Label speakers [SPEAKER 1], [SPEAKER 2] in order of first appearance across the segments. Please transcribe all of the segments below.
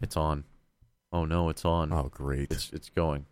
[SPEAKER 1] It's on. Oh no, it's on.
[SPEAKER 2] Oh, great.
[SPEAKER 1] It's it's going.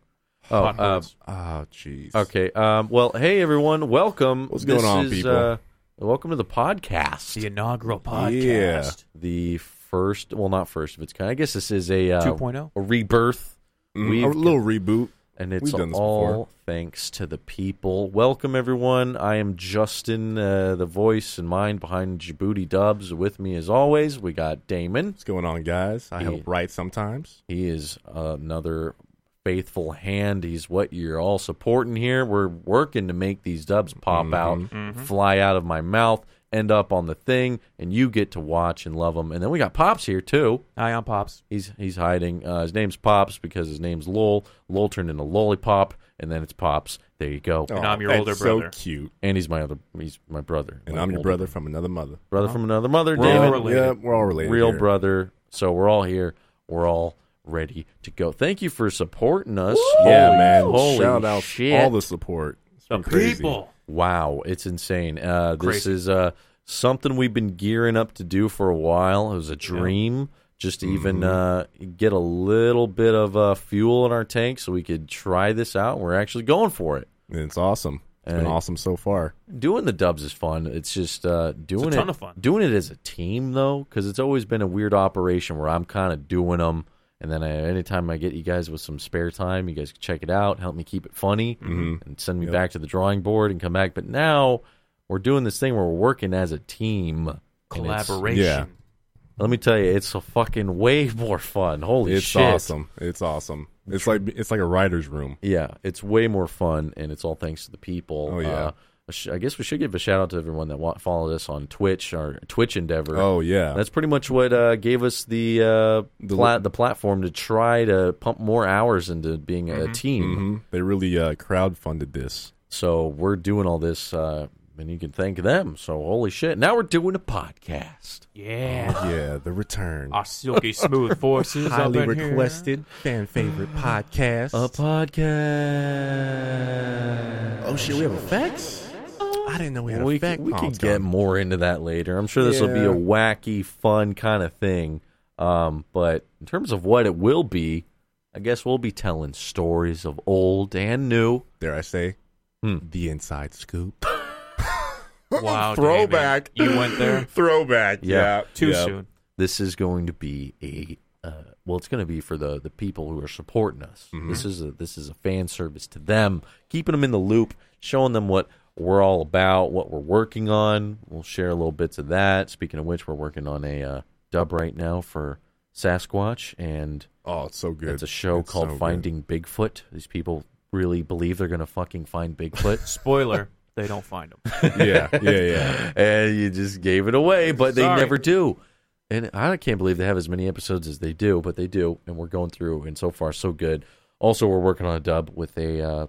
[SPEAKER 1] Oh,
[SPEAKER 3] Hot
[SPEAKER 1] uh,
[SPEAKER 3] Wheels.
[SPEAKER 2] oh, jeez.
[SPEAKER 1] okay. Um, well, hey everyone, welcome.
[SPEAKER 2] What's going
[SPEAKER 1] This
[SPEAKER 2] on,
[SPEAKER 1] is,
[SPEAKER 2] people?
[SPEAKER 1] Uh, welcome to the podcast.
[SPEAKER 3] The inaugural
[SPEAKER 2] Yeah.
[SPEAKER 3] podcast.
[SPEAKER 1] The first, well, not first of its kind. I guess this is a uh,
[SPEAKER 3] 2.0.
[SPEAKER 1] a rebirth,
[SPEAKER 2] Mm,
[SPEAKER 1] we've
[SPEAKER 2] a little reboot.
[SPEAKER 1] and it's
[SPEAKER 2] We've done this
[SPEAKER 1] all
[SPEAKER 2] before.
[SPEAKER 1] thanks to the people. Welcome everyone. I am Justin, uh, the voice and mind behind Djibouti Dubs. With me, as always, we got Damon.
[SPEAKER 2] What's going on, guys? I
[SPEAKER 1] Yeah.
[SPEAKER 2] help write sometimes.
[SPEAKER 1] He is another faithful hand. He's what you're all supporting here. We're working to make these dubs pop
[SPEAKER 3] Mm-hmm.
[SPEAKER 1] out,
[SPEAKER 2] Mm-hmm.
[SPEAKER 1] fly out of my mouth, end up on the thing, and you get to watch and love them. And then we got Pops here too.
[SPEAKER 3] Hi, I'm Pops.
[SPEAKER 1] He's he's hiding. Uh, his name's Pops because his name's Lowell. Lowell turned into lollipop, and then it's Pops. There you go.
[SPEAKER 2] Oh,
[SPEAKER 3] And I'm your
[SPEAKER 2] that's
[SPEAKER 3] older
[SPEAKER 2] so
[SPEAKER 3] brother.
[SPEAKER 2] cute.
[SPEAKER 1] And he's my other. He's my brother.
[SPEAKER 2] And
[SPEAKER 1] My
[SPEAKER 2] I'm your
[SPEAKER 1] older
[SPEAKER 2] brother from another mother.
[SPEAKER 1] Brother from another mother.
[SPEAKER 3] We're all
[SPEAKER 1] David.
[SPEAKER 3] related.
[SPEAKER 2] Yeah, we're all related.
[SPEAKER 1] real
[SPEAKER 2] here.
[SPEAKER 1] brother. So we're all here. We're all ready to go. Thank you for supporting us.
[SPEAKER 2] Yeah,
[SPEAKER 1] Holy-
[SPEAKER 2] man.
[SPEAKER 1] Holy
[SPEAKER 2] Shout out
[SPEAKER 1] shit.
[SPEAKER 2] all the support. It's
[SPEAKER 3] The
[SPEAKER 2] been crazy.
[SPEAKER 3] people.
[SPEAKER 1] Wow, it's insane. Uh, this
[SPEAKER 3] Crazy.
[SPEAKER 1] is uh, something we've been gearing up to do for a while. It was a dream just to even uh,
[SPEAKER 2] Mm-hmm.
[SPEAKER 1] get a little bit of uh, fuel in our tank so we could try this out. We're actually going for it.
[SPEAKER 2] And it's awesome. It's been
[SPEAKER 1] Hey.
[SPEAKER 2] awesome so far.
[SPEAKER 1] Doing the dubs is fun. It's just uh, doing
[SPEAKER 3] ton
[SPEAKER 1] it.
[SPEAKER 3] of fun.
[SPEAKER 1] Doing it as a team though, because it's always been a weird operation where I'm kind of doing them, and then I, anytime I get you guys with some spare time, you guys can check it out, help me keep it funny,
[SPEAKER 2] Mm-hmm.
[SPEAKER 1] and send me back to the drawing board and come back. But now we're doing this thing where we're working as a team. and it's-
[SPEAKER 3] Collaboration.
[SPEAKER 2] yeah.
[SPEAKER 1] Let me tell you, it's a fucking way more fun. Holy
[SPEAKER 2] It's
[SPEAKER 1] shit!
[SPEAKER 2] awesome. It's awesome. It's like it's like a writer's room.
[SPEAKER 1] Yeah, it's way more fun, and it's all thanks to the people.
[SPEAKER 2] Oh, yeah.
[SPEAKER 1] Uh, I sh- I guess we should give a shout out to everyone that wa- followed us on Twitch, our Twitch endeavor.
[SPEAKER 2] Oh yeah.
[SPEAKER 1] That's pretty much what uh, gave us the uh,
[SPEAKER 2] The-
[SPEAKER 1] the, the platform to try to pump more hours into being a team.
[SPEAKER 2] hmm They really uh, crowdfunded this.
[SPEAKER 1] So we're doing all this, uh, and you can thank them. So holy shit! Now we're doing a podcast.
[SPEAKER 3] Yeah.
[SPEAKER 2] Yeah, the return.
[SPEAKER 3] Oh. Our silky smooth forces. up in here.
[SPEAKER 2] fan favorite podcast.
[SPEAKER 1] A podcast.
[SPEAKER 2] Oh shit, we have effects. Oh. I didn't know we
[SPEAKER 1] we can, we can get more into that later. I'm sure this will be
[SPEAKER 2] Yeah.
[SPEAKER 1] a wacky, fun kind of thing. Um, but in terms of what it will be, I guess we'll be telling stories of old and new.
[SPEAKER 2] Dare I say
[SPEAKER 1] Hmm.
[SPEAKER 2] the inside scoop?
[SPEAKER 3] Wow.
[SPEAKER 2] Throwback.
[SPEAKER 3] David. You went there
[SPEAKER 2] Throwback.
[SPEAKER 1] Yeah.
[SPEAKER 2] Yeah,
[SPEAKER 3] too
[SPEAKER 2] yeah.
[SPEAKER 3] soon.
[SPEAKER 1] this is going to be a uh, well it's going to be for the the people who are supporting us this is a this is a fan service to them keeping them in the loop showing them what we're all about what we're working on we'll share a little bits of that speaking of which we're working on a uh, dub right now for sasquatch and
[SPEAKER 2] Oh, it's so good.
[SPEAKER 1] it's a show
[SPEAKER 2] It's
[SPEAKER 1] called
[SPEAKER 2] so good.
[SPEAKER 1] finding bigfoot these people really believe they're going to fucking find bigfoot
[SPEAKER 3] Spoiler. They don't find him.
[SPEAKER 2] Yeah, yeah, yeah.
[SPEAKER 1] and you just gave it away, but they
[SPEAKER 3] Sorry.
[SPEAKER 1] never do. And I can't believe they have as many episodes as they do, but they do. And we're going through, and so far so good. Also, we're working on a dub with a uh,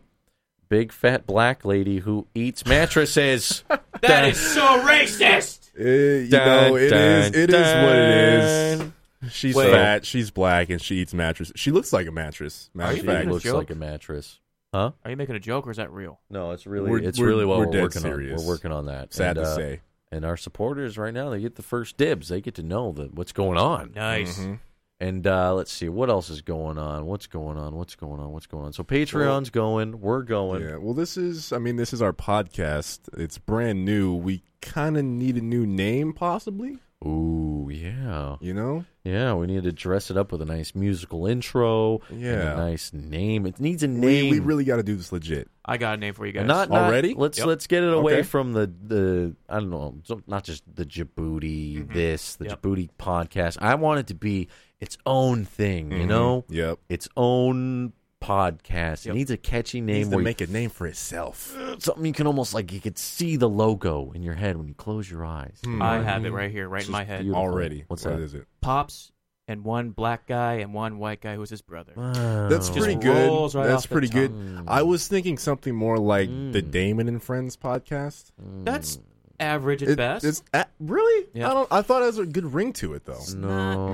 [SPEAKER 1] big fat black lady who eats mattresses.
[SPEAKER 3] That is so racist.
[SPEAKER 2] Uh, you know, it is. It is what it
[SPEAKER 1] is.
[SPEAKER 2] is. She's
[SPEAKER 3] Wait.
[SPEAKER 2] fat. She's black, and she eats mattress. She looks like a mattress. Matter
[SPEAKER 3] Are
[SPEAKER 2] of
[SPEAKER 3] you
[SPEAKER 2] fact,
[SPEAKER 3] making a
[SPEAKER 1] looks
[SPEAKER 3] joke?
[SPEAKER 1] like a mattress, huh?
[SPEAKER 3] Are you making a joke or is that real?
[SPEAKER 1] No, it's really
[SPEAKER 2] We're-
[SPEAKER 1] it's
[SPEAKER 2] we're-
[SPEAKER 1] really what
[SPEAKER 2] we're
[SPEAKER 1] we're,
[SPEAKER 2] dead
[SPEAKER 1] working
[SPEAKER 2] serious.
[SPEAKER 1] on. We're working on that.
[SPEAKER 2] sad
[SPEAKER 1] and,
[SPEAKER 2] to
[SPEAKER 1] uh,
[SPEAKER 2] say.
[SPEAKER 1] And our supporters right now, they get the first dibs. They get to know the, what's going on.
[SPEAKER 3] Nice.
[SPEAKER 2] Mm-hmm.
[SPEAKER 1] And uh, let's see what else is going on. What's going on? What's going on? What's going on? So Patreon's going. We're going.
[SPEAKER 2] Yeah. Well, this is. I mean, this is our podcast. It's brand new. We kind of need a new name, possibly.
[SPEAKER 1] Ooh, yeah,
[SPEAKER 2] You know.
[SPEAKER 1] yeah. We need to dress it up with a nice musical intro. and
[SPEAKER 2] Yeah.
[SPEAKER 1] a nice name. It needs a name.
[SPEAKER 2] We, we really got to do this legit.
[SPEAKER 3] I got a name for you guys.
[SPEAKER 1] And not, not-
[SPEAKER 2] Already?
[SPEAKER 1] Let's
[SPEAKER 3] Yep.
[SPEAKER 1] let's get it away
[SPEAKER 2] Okay.
[SPEAKER 1] from the the I don't know, so- not just the Djibouti
[SPEAKER 2] Mm-hmm.
[SPEAKER 1] this, the
[SPEAKER 3] Yep.
[SPEAKER 1] Djibouti podcast. I want it to be its own thing.
[SPEAKER 2] Mm-hmm.
[SPEAKER 1] You know,
[SPEAKER 2] Yep.
[SPEAKER 1] its own podcast.
[SPEAKER 3] Yep.
[SPEAKER 1] It needs a catchy name.
[SPEAKER 2] to
[SPEAKER 1] where you
[SPEAKER 2] make a name for itself.
[SPEAKER 1] something you can almost like you could see the logo in your head when you close your eyes.
[SPEAKER 2] Hmm.
[SPEAKER 3] I have it right here, right in my head.
[SPEAKER 1] beautiful.
[SPEAKER 2] Already.
[SPEAKER 1] What's
[SPEAKER 2] What
[SPEAKER 1] that?
[SPEAKER 2] is it?
[SPEAKER 3] Pops and one black guy and one white guy who's his brother.
[SPEAKER 1] Mm. Oh.
[SPEAKER 2] That's
[SPEAKER 3] Just
[SPEAKER 2] pretty good.
[SPEAKER 3] rolls right
[SPEAKER 2] That's
[SPEAKER 3] off the
[SPEAKER 2] pretty good. I was thinking something more like
[SPEAKER 1] Mm.
[SPEAKER 2] the Damon and Friends podcast.
[SPEAKER 1] Hmm,
[SPEAKER 3] That's average at
[SPEAKER 2] It-
[SPEAKER 3] best.
[SPEAKER 2] It's, uh, really?
[SPEAKER 3] Yeah.
[SPEAKER 2] I don't. I thought it was a good ring to it though.
[SPEAKER 1] no,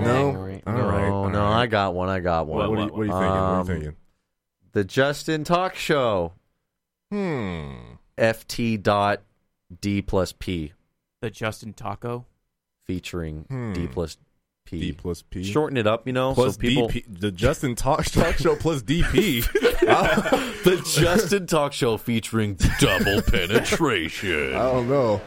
[SPEAKER 2] No.
[SPEAKER 1] no,
[SPEAKER 2] All right, all
[SPEAKER 1] no.
[SPEAKER 2] right.
[SPEAKER 1] I got one. I got one. Um,
[SPEAKER 2] What, are you, what are you thinking? what are you
[SPEAKER 1] The Justin Talk Show, um,
[SPEAKER 2] thinking? Hmm.
[SPEAKER 1] FT dot D plus P,
[SPEAKER 3] the Justin Taco.
[SPEAKER 1] featuring
[SPEAKER 2] Hmm.
[SPEAKER 1] D plus P.
[SPEAKER 2] D plus P.
[SPEAKER 1] Shorten it up, you know,
[SPEAKER 2] plus
[SPEAKER 1] so people.
[SPEAKER 2] DP. The Justin Talk, talk Show plus DP. I,
[SPEAKER 1] The Justin Talk Show featuring double penetration.
[SPEAKER 2] I don't know.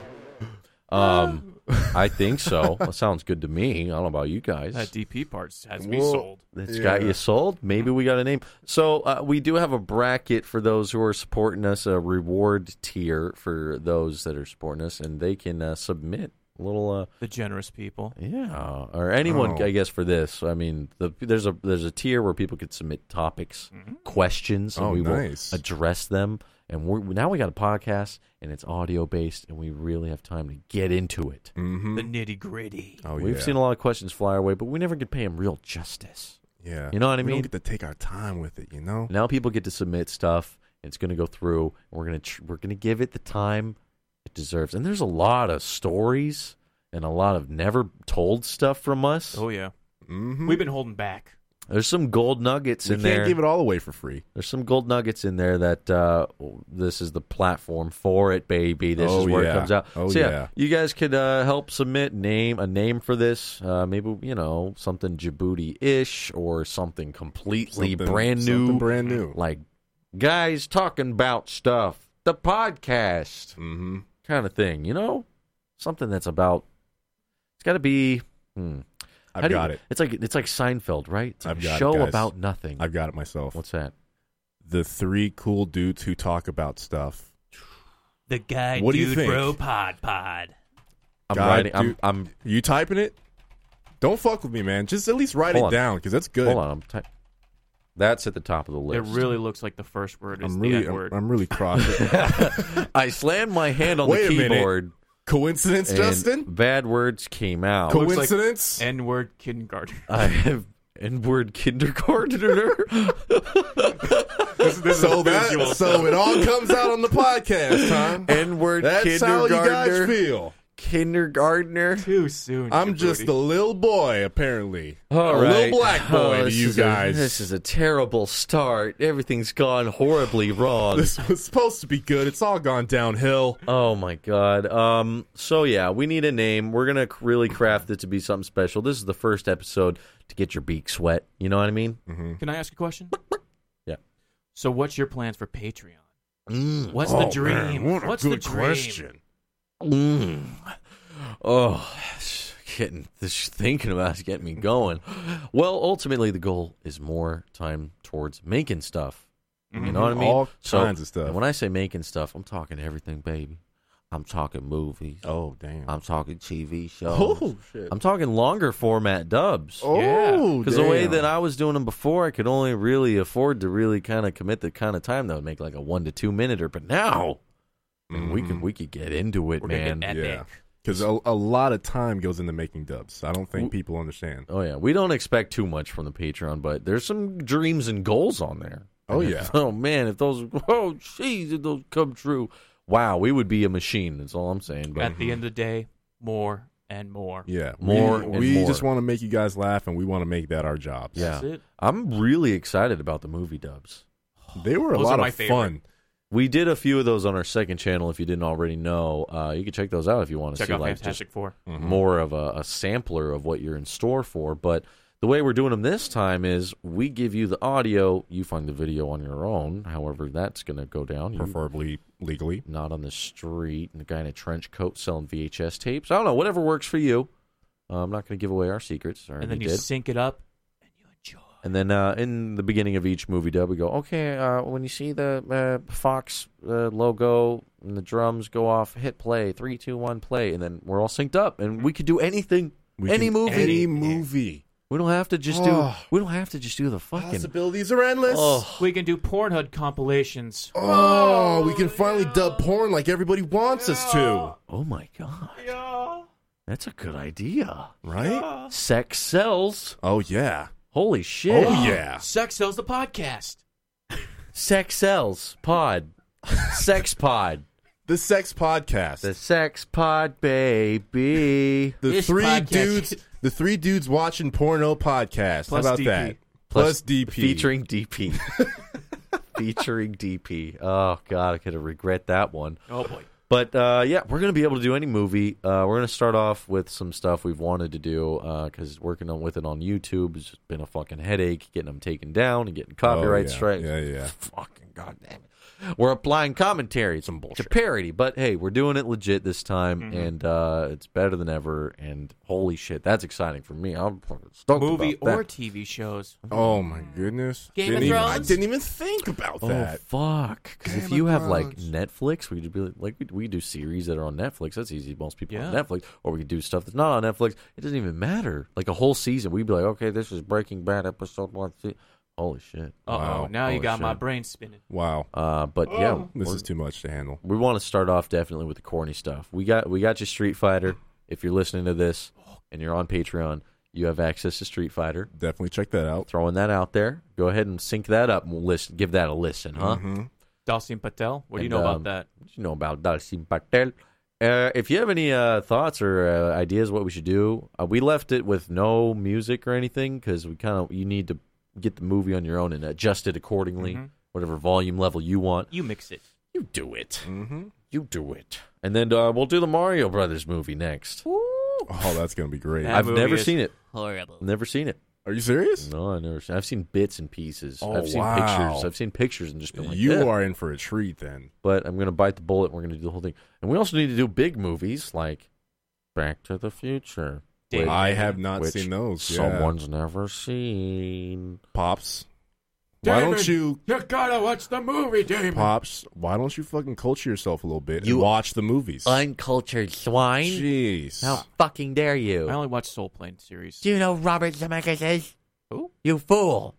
[SPEAKER 1] Um, I think so. That sounds good to me. I don't know about you guys.
[SPEAKER 3] That DP uh, part has me
[SPEAKER 2] Well,
[SPEAKER 3] sold.
[SPEAKER 1] That's got
[SPEAKER 2] Yeah.
[SPEAKER 1] you sold. Maybe we got a name. So uh, we do have a bracket for those who are supporting us, a reward tier for those that are supporting us, and they can uh, submit a little. Uh,
[SPEAKER 3] The generous people.
[SPEAKER 1] yeah, or anyone,
[SPEAKER 2] Oh.
[SPEAKER 1] I guess, for this. I mean, the, there's a there's a tier where people could submit topics, questions, and
[SPEAKER 2] Mm-hmm. Oh,
[SPEAKER 1] we
[SPEAKER 2] nice.
[SPEAKER 1] will address them. And we're, now we got a podcast, and it's audio based, and we really have time to get into it.
[SPEAKER 2] Mm-hmm.
[SPEAKER 3] The nitty gritty.
[SPEAKER 2] Oh,
[SPEAKER 1] We've
[SPEAKER 2] yeah.
[SPEAKER 1] seen a lot of questions fly our way, but we never could pay them real justice.
[SPEAKER 2] Yeah.
[SPEAKER 1] You know what I
[SPEAKER 2] We
[SPEAKER 1] mean?
[SPEAKER 2] don't get to take our time with it, you know?
[SPEAKER 1] Now people get to submit stuff. It's going to go through. And we're going to tr- we're going to give it the time it deserves. And there's a lot of stories and a lot of never told stuff from us.
[SPEAKER 3] Oh yeah.
[SPEAKER 2] Mm-hmm.
[SPEAKER 3] We've been holding back.
[SPEAKER 1] There's some gold nuggets
[SPEAKER 2] we
[SPEAKER 1] in
[SPEAKER 2] can't
[SPEAKER 1] there.
[SPEAKER 2] give it all away for free.
[SPEAKER 1] there's some gold nuggets in there that uh, this is the platform for it, baby. This
[SPEAKER 2] Oh,
[SPEAKER 1] is where
[SPEAKER 2] yeah.
[SPEAKER 1] it comes out.
[SPEAKER 2] Oh,
[SPEAKER 1] so yeah,
[SPEAKER 2] yeah.
[SPEAKER 1] you guys could uh, help submit name a name for this. Uh, maybe you know something Djibouti-ish or something completely
[SPEAKER 2] Something-
[SPEAKER 1] brand new.
[SPEAKER 2] something brand new.
[SPEAKER 1] like guys talking about stuff, the podcast
[SPEAKER 2] Mm-hmm.
[SPEAKER 1] kind of thing, you know? Something that's about it's got to be hmm, how
[SPEAKER 2] I've
[SPEAKER 1] do you-
[SPEAKER 2] got it.
[SPEAKER 1] It's like it's like Seinfeld, right? It's like
[SPEAKER 2] I've
[SPEAKER 1] a
[SPEAKER 2] got it,
[SPEAKER 1] show
[SPEAKER 2] guys.
[SPEAKER 1] about nothing.
[SPEAKER 2] I've got it myself.
[SPEAKER 1] What's that?
[SPEAKER 2] The three cool dudes who talk about stuff.
[SPEAKER 3] The guy
[SPEAKER 2] What do you
[SPEAKER 3] dude
[SPEAKER 2] think?
[SPEAKER 3] bro pod pod.
[SPEAKER 1] I'm
[SPEAKER 2] God,
[SPEAKER 1] writing I'm
[SPEAKER 2] dude.
[SPEAKER 1] I'm
[SPEAKER 2] You typing it? Don't fuck with me, man. Just at least write
[SPEAKER 1] Hold
[SPEAKER 2] it
[SPEAKER 1] on.
[SPEAKER 2] down because that's good.
[SPEAKER 1] Hold on, I'm ty- That's at the top of the
[SPEAKER 3] It
[SPEAKER 1] list.
[SPEAKER 3] really looks like the first word is
[SPEAKER 2] I'm
[SPEAKER 3] the
[SPEAKER 2] really,
[SPEAKER 3] N
[SPEAKER 2] I'm,
[SPEAKER 3] word.
[SPEAKER 2] I'm really cross.
[SPEAKER 1] I slammed my hand on
[SPEAKER 2] Wait a
[SPEAKER 1] the
[SPEAKER 2] minute,
[SPEAKER 1] keyboard
[SPEAKER 2] Coincidence,
[SPEAKER 1] and
[SPEAKER 2] Justin?
[SPEAKER 1] bad words came out.
[SPEAKER 3] Cool. looks like-
[SPEAKER 2] Coincidence?
[SPEAKER 3] N word kindergarten.
[SPEAKER 1] I have N-word kindergartner.
[SPEAKER 2] so that, so it all comes out on the podcast, huh?
[SPEAKER 1] N-word
[SPEAKER 2] That's how you guys
[SPEAKER 1] kindergartner.
[SPEAKER 2] feel.
[SPEAKER 1] Kindergartner.
[SPEAKER 3] Too soon.
[SPEAKER 2] I'm just a
[SPEAKER 3] Djibouti.
[SPEAKER 2] little boy, apparently.
[SPEAKER 1] All
[SPEAKER 2] a
[SPEAKER 1] right.
[SPEAKER 2] little black boy
[SPEAKER 1] Oh,
[SPEAKER 2] to
[SPEAKER 1] this
[SPEAKER 2] you
[SPEAKER 1] is a-
[SPEAKER 2] guys.
[SPEAKER 1] this is a terrible start. Everything's gone horribly wrong.
[SPEAKER 2] This was supposed to be good. It's all gone downhill.
[SPEAKER 1] oh my god. Um. So yeah, we need a name. We're gonna really craft it to be something special. This is the first episode to get your beak sweat. You know what I mean?
[SPEAKER 3] Can I ask a question?
[SPEAKER 1] Yeah.
[SPEAKER 3] So what's your plans for Patreon?
[SPEAKER 1] Mm.
[SPEAKER 3] What's
[SPEAKER 2] Oh,
[SPEAKER 3] the dream? what's the dream?
[SPEAKER 1] Mm. Oh, it's getting this thinking about it's getting me going. Well, ultimately, the goal is more time towards making stuff. You know what I mean?
[SPEAKER 2] Mm-hmm. All
[SPEAKER 1] So,
[SPEAKER 2] kinds of stuff.
[SPEAKER 1] and when I say making stuff, I'm talking everything, baby. I'm talking movies.
[SPEAKER 2] Oh, damn.
[SPEAKER 1] I'm talking TV shows.
[SPEAKER 2] oh, shit.
[SPEAKER 1] I'm talking longer format dubs.
[SPEAKER 2] oh,
[SPEAKER 1] Because the way that I was doing them before, I could only really afford to really kind of commit the kind of time that would make like a one to two minute. Or but now, I mean, we
[SPEAKER 2] Mm-hmm.
[SPEAKER 1] could we could get into it,
[SPEAKER 3] We're gonna
[SPEAKER 1] man.
[SPEAKER 3] get epic.
[SPEAKER 2] Yeah. Because a, a lot of time goes into making dubs. I don't think people understand.
[SPEAKER 1] Oh yeah, we don't expect too much from the Patreon, but there's some dreams and goals on there.
[SPEAKER 2] Oh,
[SPEAKER 1] And
[SPEAKER 2] yeah.
[SPEAKER 1] if- oh man, if those oh jeez, if those come true, wow, we would be a machine. That's all I'm saying. But
[SPEAKER 3] At the end of the day, more and more.
[SPEAKER 2] Yeah.
[SPEAKER 1] More
[SPEAKER 2] We,
[SPEAKER 1] and
[SPEAKER 2] we
[SPEAKER 1] more.
[SPEAKER 2] just want to make you guys laugh, and we want to make that our jobs.
[SPEAKER 1] yeah,
[SPEAKER 3] That's it.
[SPEAKER 1] I'm really excited about the movie dubs.
[SPEAKER 2] They were a
[SPEAKER 3] Those are
[SPEAKER 2] lot
[SPEAKER 3] my
[SPEAKER 2] of
[SPEAKER 3] favorite.
[SPEAKER 2] fun.
[SPEAKER 1] We did a few of those on our second channel. If you didn't already know, uh, you can check those out if you want to
[SPEAKER 3] Check
[SPEAKER 1] see
[SPEAKER 3] out
[SPEAKER 1] like
[SPEAKER 3] Fantastic Mm-hmm. Four.
[SPEAKER 1] just
[SPEAKER 2] Mhm.
[SPEAKER 1] more of a, a sampler of what you're in store for. But the way we're doing them this time is we give you the audio, you find the video on your own. However, that's going to go down. You-
[SPEAKER 2] preferably legally.
[SPEAKER 1] not on the street, and the guy in a trench coat selling VHS tapes. I don't know, whatever works for you. Uh, I'm not going to give away our secrets, or
[SPEAKER 3] And then
[SPEAKER 1] we
[SPEAKER 3] you
[SPEAKER 1] did.
[SPEAKER 3] sync it up and you enjoy.
[SPEAKER 1] And then uh, in the beginning of each movie dub, we go, okay, uh, when you see the uh, Fox uh, logo and the drums go off, hit play, three, two, one, play, and then we're all synced up, and we could do anything, any
[SPEAKER 2] can-
[SPEAKER 1] movie.
[SPEAKER 2] Any movie.
[SPEAKER 1] we don't have to just do.
[SPEAKER 2] Oh.
[SPEAKER 1] We don't have to just do the fucking.
[SPEAKER 2] Possibilities are endless.
[SPEAKER 1] Oh,
[SPEAKER 3] We can do Pornhub compilations.
[SPEAKER 2] Oh, we can finally dub porn like everybody wants us to.
[SPEAKER 1] oh my god, that's a good idea.
[SPEAKER 2] Right?
[SPEAKER 1] Sex sells.
[SPEAKER 2] Oh, yeah.
[SPEAKER 1] Holy shit.
[SPEAKER 2] Oh, yeah.
[SPEAKER 3] Sex sells the podcast.
[SPEAKER 1] Sex sells pod. Sex pod.
[SPEAKER 2] The Sex Podcast.
[SPEAKER 1] The sex pod, baby.
[SPEAKER 2] the
[SPEAKER 3] this
[SPEAKER 2] three
[SPEAKER 3] podcast.
[SPEAKER 2] dudes. The three dudes watching porno podcast.
[SPEAKER 3] Plus
[SPEAKER 2] How about
[SPEAKER 3] DP.
[SPEAKER 2] that? Plus, DP.
[SPEAKER 1] Featuring DP. featuring DP. Oh, God, I could have regret that one.
[SPEAKER 3] Oh boy.
[SPEAKER 1] But uh, yeah, we're gonna be able to do any movie. Uh, we're gonna start off with some stuff we've wanted to do because working on with it on YouTube has just been a fucking headache. Getting them taken down and getting copyright
[SPEAKER 2] Oh, yeah.
[SPEAKER 1] strikes.
[SPEAKER 2] Yeah, yeah.
[SPEAKER 1] Fucking goddamn it. We're applying commentary some bullshit. to parody, but hey, we're doing it legit this time,
[SPEAKER 2] Mm-hmm.
[SPEAKER 1] and uh, it's better than ever. And holy shit, that's exciting for me. I'm fucking stoked
[SPEAKER 3] Movie
[SPEAKER 1] about that.
[SPEAKER 3] or TV shows.
[SPEAKER 2] Oh my goodness!
[SPEAKER 3] Game
[SPEAKER 2] didn't
[SPEAKER 3] of
[SPEAKER 2] even, I
[SPEAKER 3] Thrones?
[SPEAKER 2] didn't even think about that.
[SPEAKER 1] Oh fuck! Because if
[SPEAKER 2] Game
[SPEAKER 1] you
[SPEAKER 2] of
[SPEAKER 1] have like
[SPEAKER 2] Thrones.
[SPEAKER 1] Netflix, we could be like, like we, we do series that are on Netflix. That's easy. Most people on
[SPEAKER 3] Yeah.
[SPEAKER 1] Netflix, or we could do stuff that's not on Netflix. It doesn't even matter. Like a whole season, we'd be like, okay, this is Breaking Bad episode one. se- Holy shit!
[SPEAKER 3] Uh oh,
[SPEAKER 2] Wow.
[SPEAKER 3] now you
[SPEAKER 1] Holy
[SPEAKER 3] got my
[SPEAKER 1] shit.
[SPEAKER 3] brain spinning.
[SPEAKER 2] Wow,
[SPEAKER 1] Uh, but yeah,
[SPEAKER 2] this
[SPEAKER 1] we're-
[SPEAKER 2] is too much to handle.
[SPEAKER 1] we want to start off definitely with the corny stuff. We got we got you Street Fighter. If you're listening to this and you're on Patreon, you have access to Street Fighter.
[SPEAKER 2] Definitely check that out.
[SPEAKER 1] Throwing that out there. Go ahead and sync that up and we'll list, give that a listen, huh?
[SPEAKER 3] Mm-hmm. Dalsim Patel, what do you
[SPEAKER 1] And,
[SPEAKER 3] know about
[SPEAKER 1] um,
[SPEAKER 3] that?
[SPEAKER 1] What do you know about Dalsim Patel? Uh, if you have any uh, thoughts or uh, ideas what we should do, uh, we left it with no music or anything because we kind of you need to get the movie on your own and adjust it accordingly, whatever volume level you want.
[SPEAKER 3] You mix it.
[SPEAKER 1] You do it.
[SPEAKER 2] Mm-hmm.
[SPEAKER 1] You do it. And then uh, we'll do the Mario Brothers movie next.
[SPEAKER 2] Oh, that's gonna be great.
[SPEAKER 3] That
[SPEAKER 1] I've
[SPEAKER 3] movie
[SPEAKER 1] never
[SPEAKER 3] is
[SPEAKER 1] seen it.
[SPEAKER 3] Horrible.
[SPEAKER 1] Never seen it.
[SPEAKER 2] Are you serious?
[SPEAKER 1] No, I never. Seen, I've seen bits and pieces.
[SPEAKER 2] Oh,
[SPEAKER 1] I've seen
[SPEAKER 2] wow.
[SPEAKER 1] pictures. I've seen pictures and just been like,
[SPEAKER 2] you
[SPEAKER 1] "Eh."
[SPEAKER 2] are in for a treat then.
[SPEAKER 1] but I'm going to bite the bullet. and We're going to do the whole thing, and we also need to do big movies like Back to the Future,
[SPEAKER 3] Damn.
[SPEAKER 1] which-
[SPEAKER 2] I have not
[SPEAKER 1] which
[SPEAKER 2] seen those. Yeah.
[SPEAKER 1] Someone's never seen.
[SPEAKER 2] pops. Why don't you
[SPEAKER 3] You gotta watch the movie, Damon.
[SPEAKER 2] pops? Why don't you fucking culture yourself a little bit
[SPEAKER 1] You-
[SPEAKER 2] and watch the movies?
[SPEAKER 1] Uncultured swine!
[SPEAKER 2] Jeez.
[SPEAKER 1] How fucking dare you?
[SPEAKER 3] I only watch Soul Plane series.
[SPEAKER 1] do you know Robert Zemeckis is?
[SPEAKER 3] Who?
[SPEAKER 1] You fool!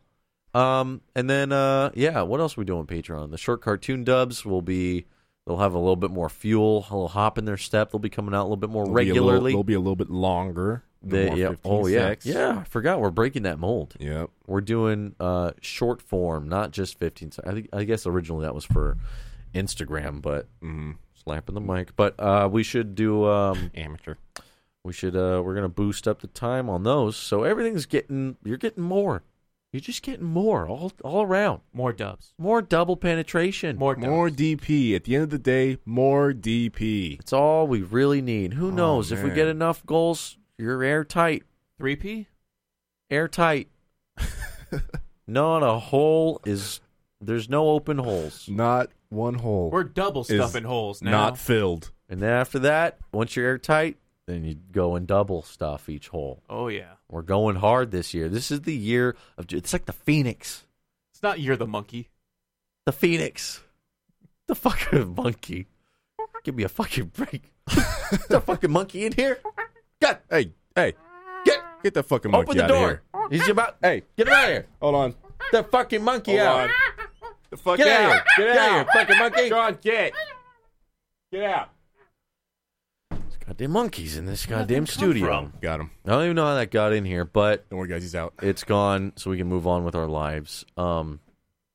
[SPEAKER 1] Um, and then uh, yeah, what else are we doing on Patreon? The short cartoon dubs will be. They'll have a little bit more fuel, a little hop in their step. They'll be coming out a little bit more
[SPEAKER 2] They'll be a little-
[SPEAKER 1] regularly.
[SPEAKER 2] they'll be a little bit longer. No
[SPEAKER 1] They-
[SPEAKER 2] more
[SPEAKER 1] yeah.
[SPEAKER 2] 15
[SPEAKER 1] Oh yeah,
[SPEAKER 2] secs.
[SPEAKER 1] yeah. I forgot we're breaking that mold.
[SPEAKER 2] Yep.
[SPEAKER 1] We're doing uh, short form, not just fifteen. sec- I think I guess originally that was for Instagram, but
[SPEAKER 2] Mhm.
[SPEAKER 1] slapping the mic. But uh, we should do. Um,
[SPEAKER 2] Amateur.
[SPEAKER 1] we should. Uh, we're gonna boost up the time on those, so everything's getting. You're getting more. You're just getting more all all around.
[SPEAKER 3] More dubs.
[SPEAKER 1] More double penetration.
[SPEAKER 3] More dubs.
[SPEAKER 2] More DP. At the end of the day, more DP.
[SPEAKER 1] It's all we really need. Who
[SPEAKER 2] Oh,
[SPEAKER 1] knows if we
[SPEAKER 2] man.
[SPEAKER 1] get enough goals? You're airtight.
[SPEAKER 3] 3P?
[SPEAKER 1] Airtight. Not a hole is. There's no open holes.
[SPEAKER 2] Not one hole.
[SPEAKER 3] We're double
[SPEAKER 2] is
[SPEAKER 3] stuffing holes now.
[SPEAKER 2] Not filled.
[SPEAKER 1] And then after that, once you're airtight, then you go and double stuff each hole.
[SPEAKER 3] oh, yeah.
[SPEAKER 1] We're going hard this year. This is the year of. It's like the Phoenix.
[SPEAKER 3] It's not You're the Monkey.
[SPEAKER 1] The Phoenix. The fucking monkey. Give me a fucking break. the fucking monkey in here. God,
[SPEAKER 2] Hey, hey,
[SPEAKER 1] get
[SPEAKER 2] get the fucking monkey
[SPEAKER 1] open the
[SPEAKER 2] out of
[SPEAKER 1] door.
[SPEAKER 2] here.
[SPEAKER 1] He's about.
[SPEAKER 2] Hey,
[SPEAKER 1] Get him out of here.
[SPEAKER 2] hold on.
[SPEAKER 1] The fucking monkey
[SPEAKER 2] Hold
[SPEAKER 1] out.
[SPEAKER 2] on. The fuck
[SPEAKER 1] Get
[SPEAKER 2] out.
[SPEAKER 1] out. Get out of here, fucking monkey.
[SPEAKER 2] Sean, get. Get out.
[SPEAKER 1] Goddamn monkeys in this goddamn studio.
[SPEAKER 2] Got him.
[SPEAKER 1] I don't even know how that got in here, but
[SPEAKER 2] Don't worry, guys. He's out.
[SPEAKER 1] it's gone, so we can move on with our lives. Um,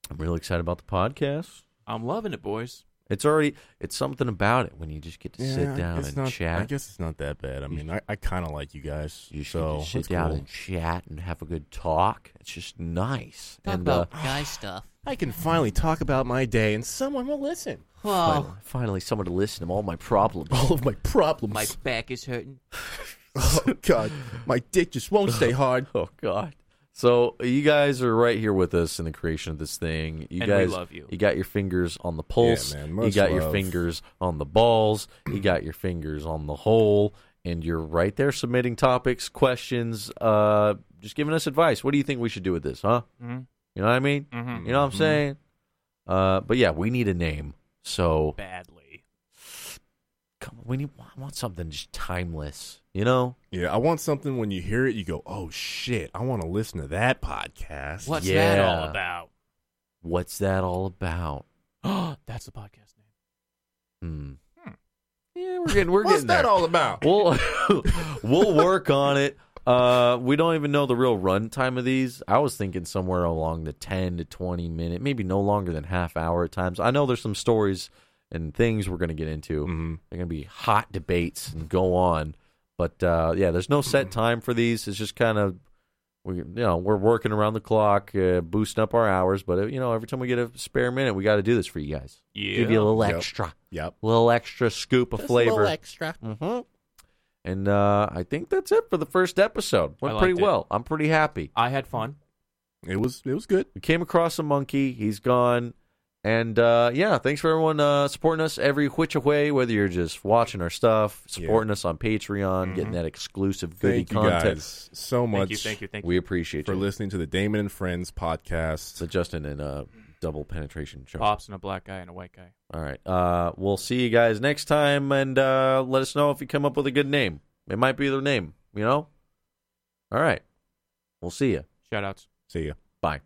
[SPEAKER 1] I'm really excited about the podcast.
[SPEAKER 3] I'm loving it, boys.
[SPEAKER 1] It's already it's something about it when you just get to sit down and
[SPEAKER 2] not,
[SPEAKER 1] chat.
[SPEAKER 2] I guess it's not that bad. I mean, I, I kind of like you guys.
[SPEAKER 1] you just get
[SPEAKER 2] so
[SPEAKER 1] to sit
[SPEAKER 2] it's
[SPEAKER 1] down
[SPEAKER 2] cool.
[SPEAKER 1] and chat and have a good talk. It's just nice.
[SPEAKER 4] Talk
[SPEAKER 1] and
[SPEAKER 4] about
[SPEAKER 1] uh,
[SPEAKER 4] guy stuff.
[SPEAKER 2] I can finally talk about my day, and someone will listen.
[SPEAKER 4] Oh,
[SPEAKER 1] finally, finally someone to listen to all my problems.
[SPEAKER 2] All of my problems.
[SPEAKER 4] my back is hurting.
[SPEAKER 2] oh God, my dick just won't stay hard.
[SPEAKER 1] oh God. So you guys are right here with us in the creation of this thing. You
[SPEAKER 3] And we
[SPEAKER 1] guys
[SPEAKER 3] love you.
[SPEAKER 1] got your fingers on the pulse.
[SPEAKER 2] man,
[SPEAKER 1] you
[SPEAKER 2] much
[SPEAKER 1] got your
[SPEAKER 2] love.
[SPEAKER 1] fingers on the balls. you got your fingers on the hole. And you're right there submitting topics, questions, uh, just giving us advice. What do you think we should do with this, huh?
[SPEAKER 3] Mhm.
[SPEAKER 1] You know what I mean?
[SPEAKER 3] Mhm.
[SPEAKER 1] You know
[SPEAKER 2] Mm-hmm.
[SPEAKER 1] what I'm saying? Uh, but yeah, we need a name. So
[SPEAKER 3] Badly.
[SPEAKER 1] come, we need. I want something just timeless. You know?
[SPEAKER 2] Yeah, I want something when you hear it, you go, "Oh shit, I want to listen to that podcast."
[SPEAKER 3] What's that
[SPEAKER 1] Yeah.
[SPEAKER 3] all about?
[SPEAKER 1] What's that all about?
[SPEAKER 3] That's the podcast name.
[SPEAKER 1] Hmm. Yeah, we're getting. We're
[SPEAKER 2] What's
[SPEAKER 1] getting
[SPEAKER 2] that
[SPEAKER 1] there.
[SPEAKER 2] all about?
[SPEAKER 1] We'll we'll work on it. Uh, we don't even know the real run time of these. I was thinking somewhere along the ten to twenty minute, maybe no longer than half hour at times. I know there's some stories and things we're gonna get into.
[SPEAKER 2] Mhm.
[SPEAKER 1] They're gonna be hot debates and go on. But uh, yeah, there's no set time for these. It's just kind of we, you know, we're working around the clock, uh, boosting up our hours. But uh, you know, every time we get a spare minute, we got to do this for you guys.
[SPEAKER 3] Yeah.
[SPEAKER 1] Give you a little
[SPEAKER 2] Yep.
[SPEAKER 1] extra.
[SPEAKER 2] Yep.
[SPEAKER 1] little extra scoop of flavor.
[SPEAKER 2] extra.
[SPEAKER 1] hmm And uh, I think that's it for the first episode. Went
[SPEAKER 3] I
[SPEAKER 1] pretty
[SPEAKER 3] liked it.
[SPEAKER 1] well. I'm pretty happy.
[SPEAKER 3] I had fun.
[SPEAKER 2] It was it was good.
[SPEAKER 1] We came across a monkey. He's gone. And uh, yeah, thanks for everyone uh, supporting us every which a way, whether you're just watching our stuff, supporting us on Patreon, getting that exclusive goodie
[SPEAKER 2] Thank you
[SPEAKER 1] content.
[SPEAKER 2] guys so much
[SPEAKER 3] Thank you, thank you, thank you.
[SPEAKER 1] We appreciate
[SPEAKER 2] for
[SPEAKER 1] you.
[SPEAKER 2] listening to the Damon and Friends podcast.
[SPEAKER 1] So Justin and uh, double penetration show.
[SPEAKER 3] Pops and a black guy and a white guy.
[SPEAKER 1] All right. Uh, we'll see you guys next time, and uh, let us know if you come up with a good name. It might be their name, you know. All right. We'll see you.
[SPEAKER 3] Shoutouts.
[SPEAKER 2] See ya.
[SPEAKER 1] Bye.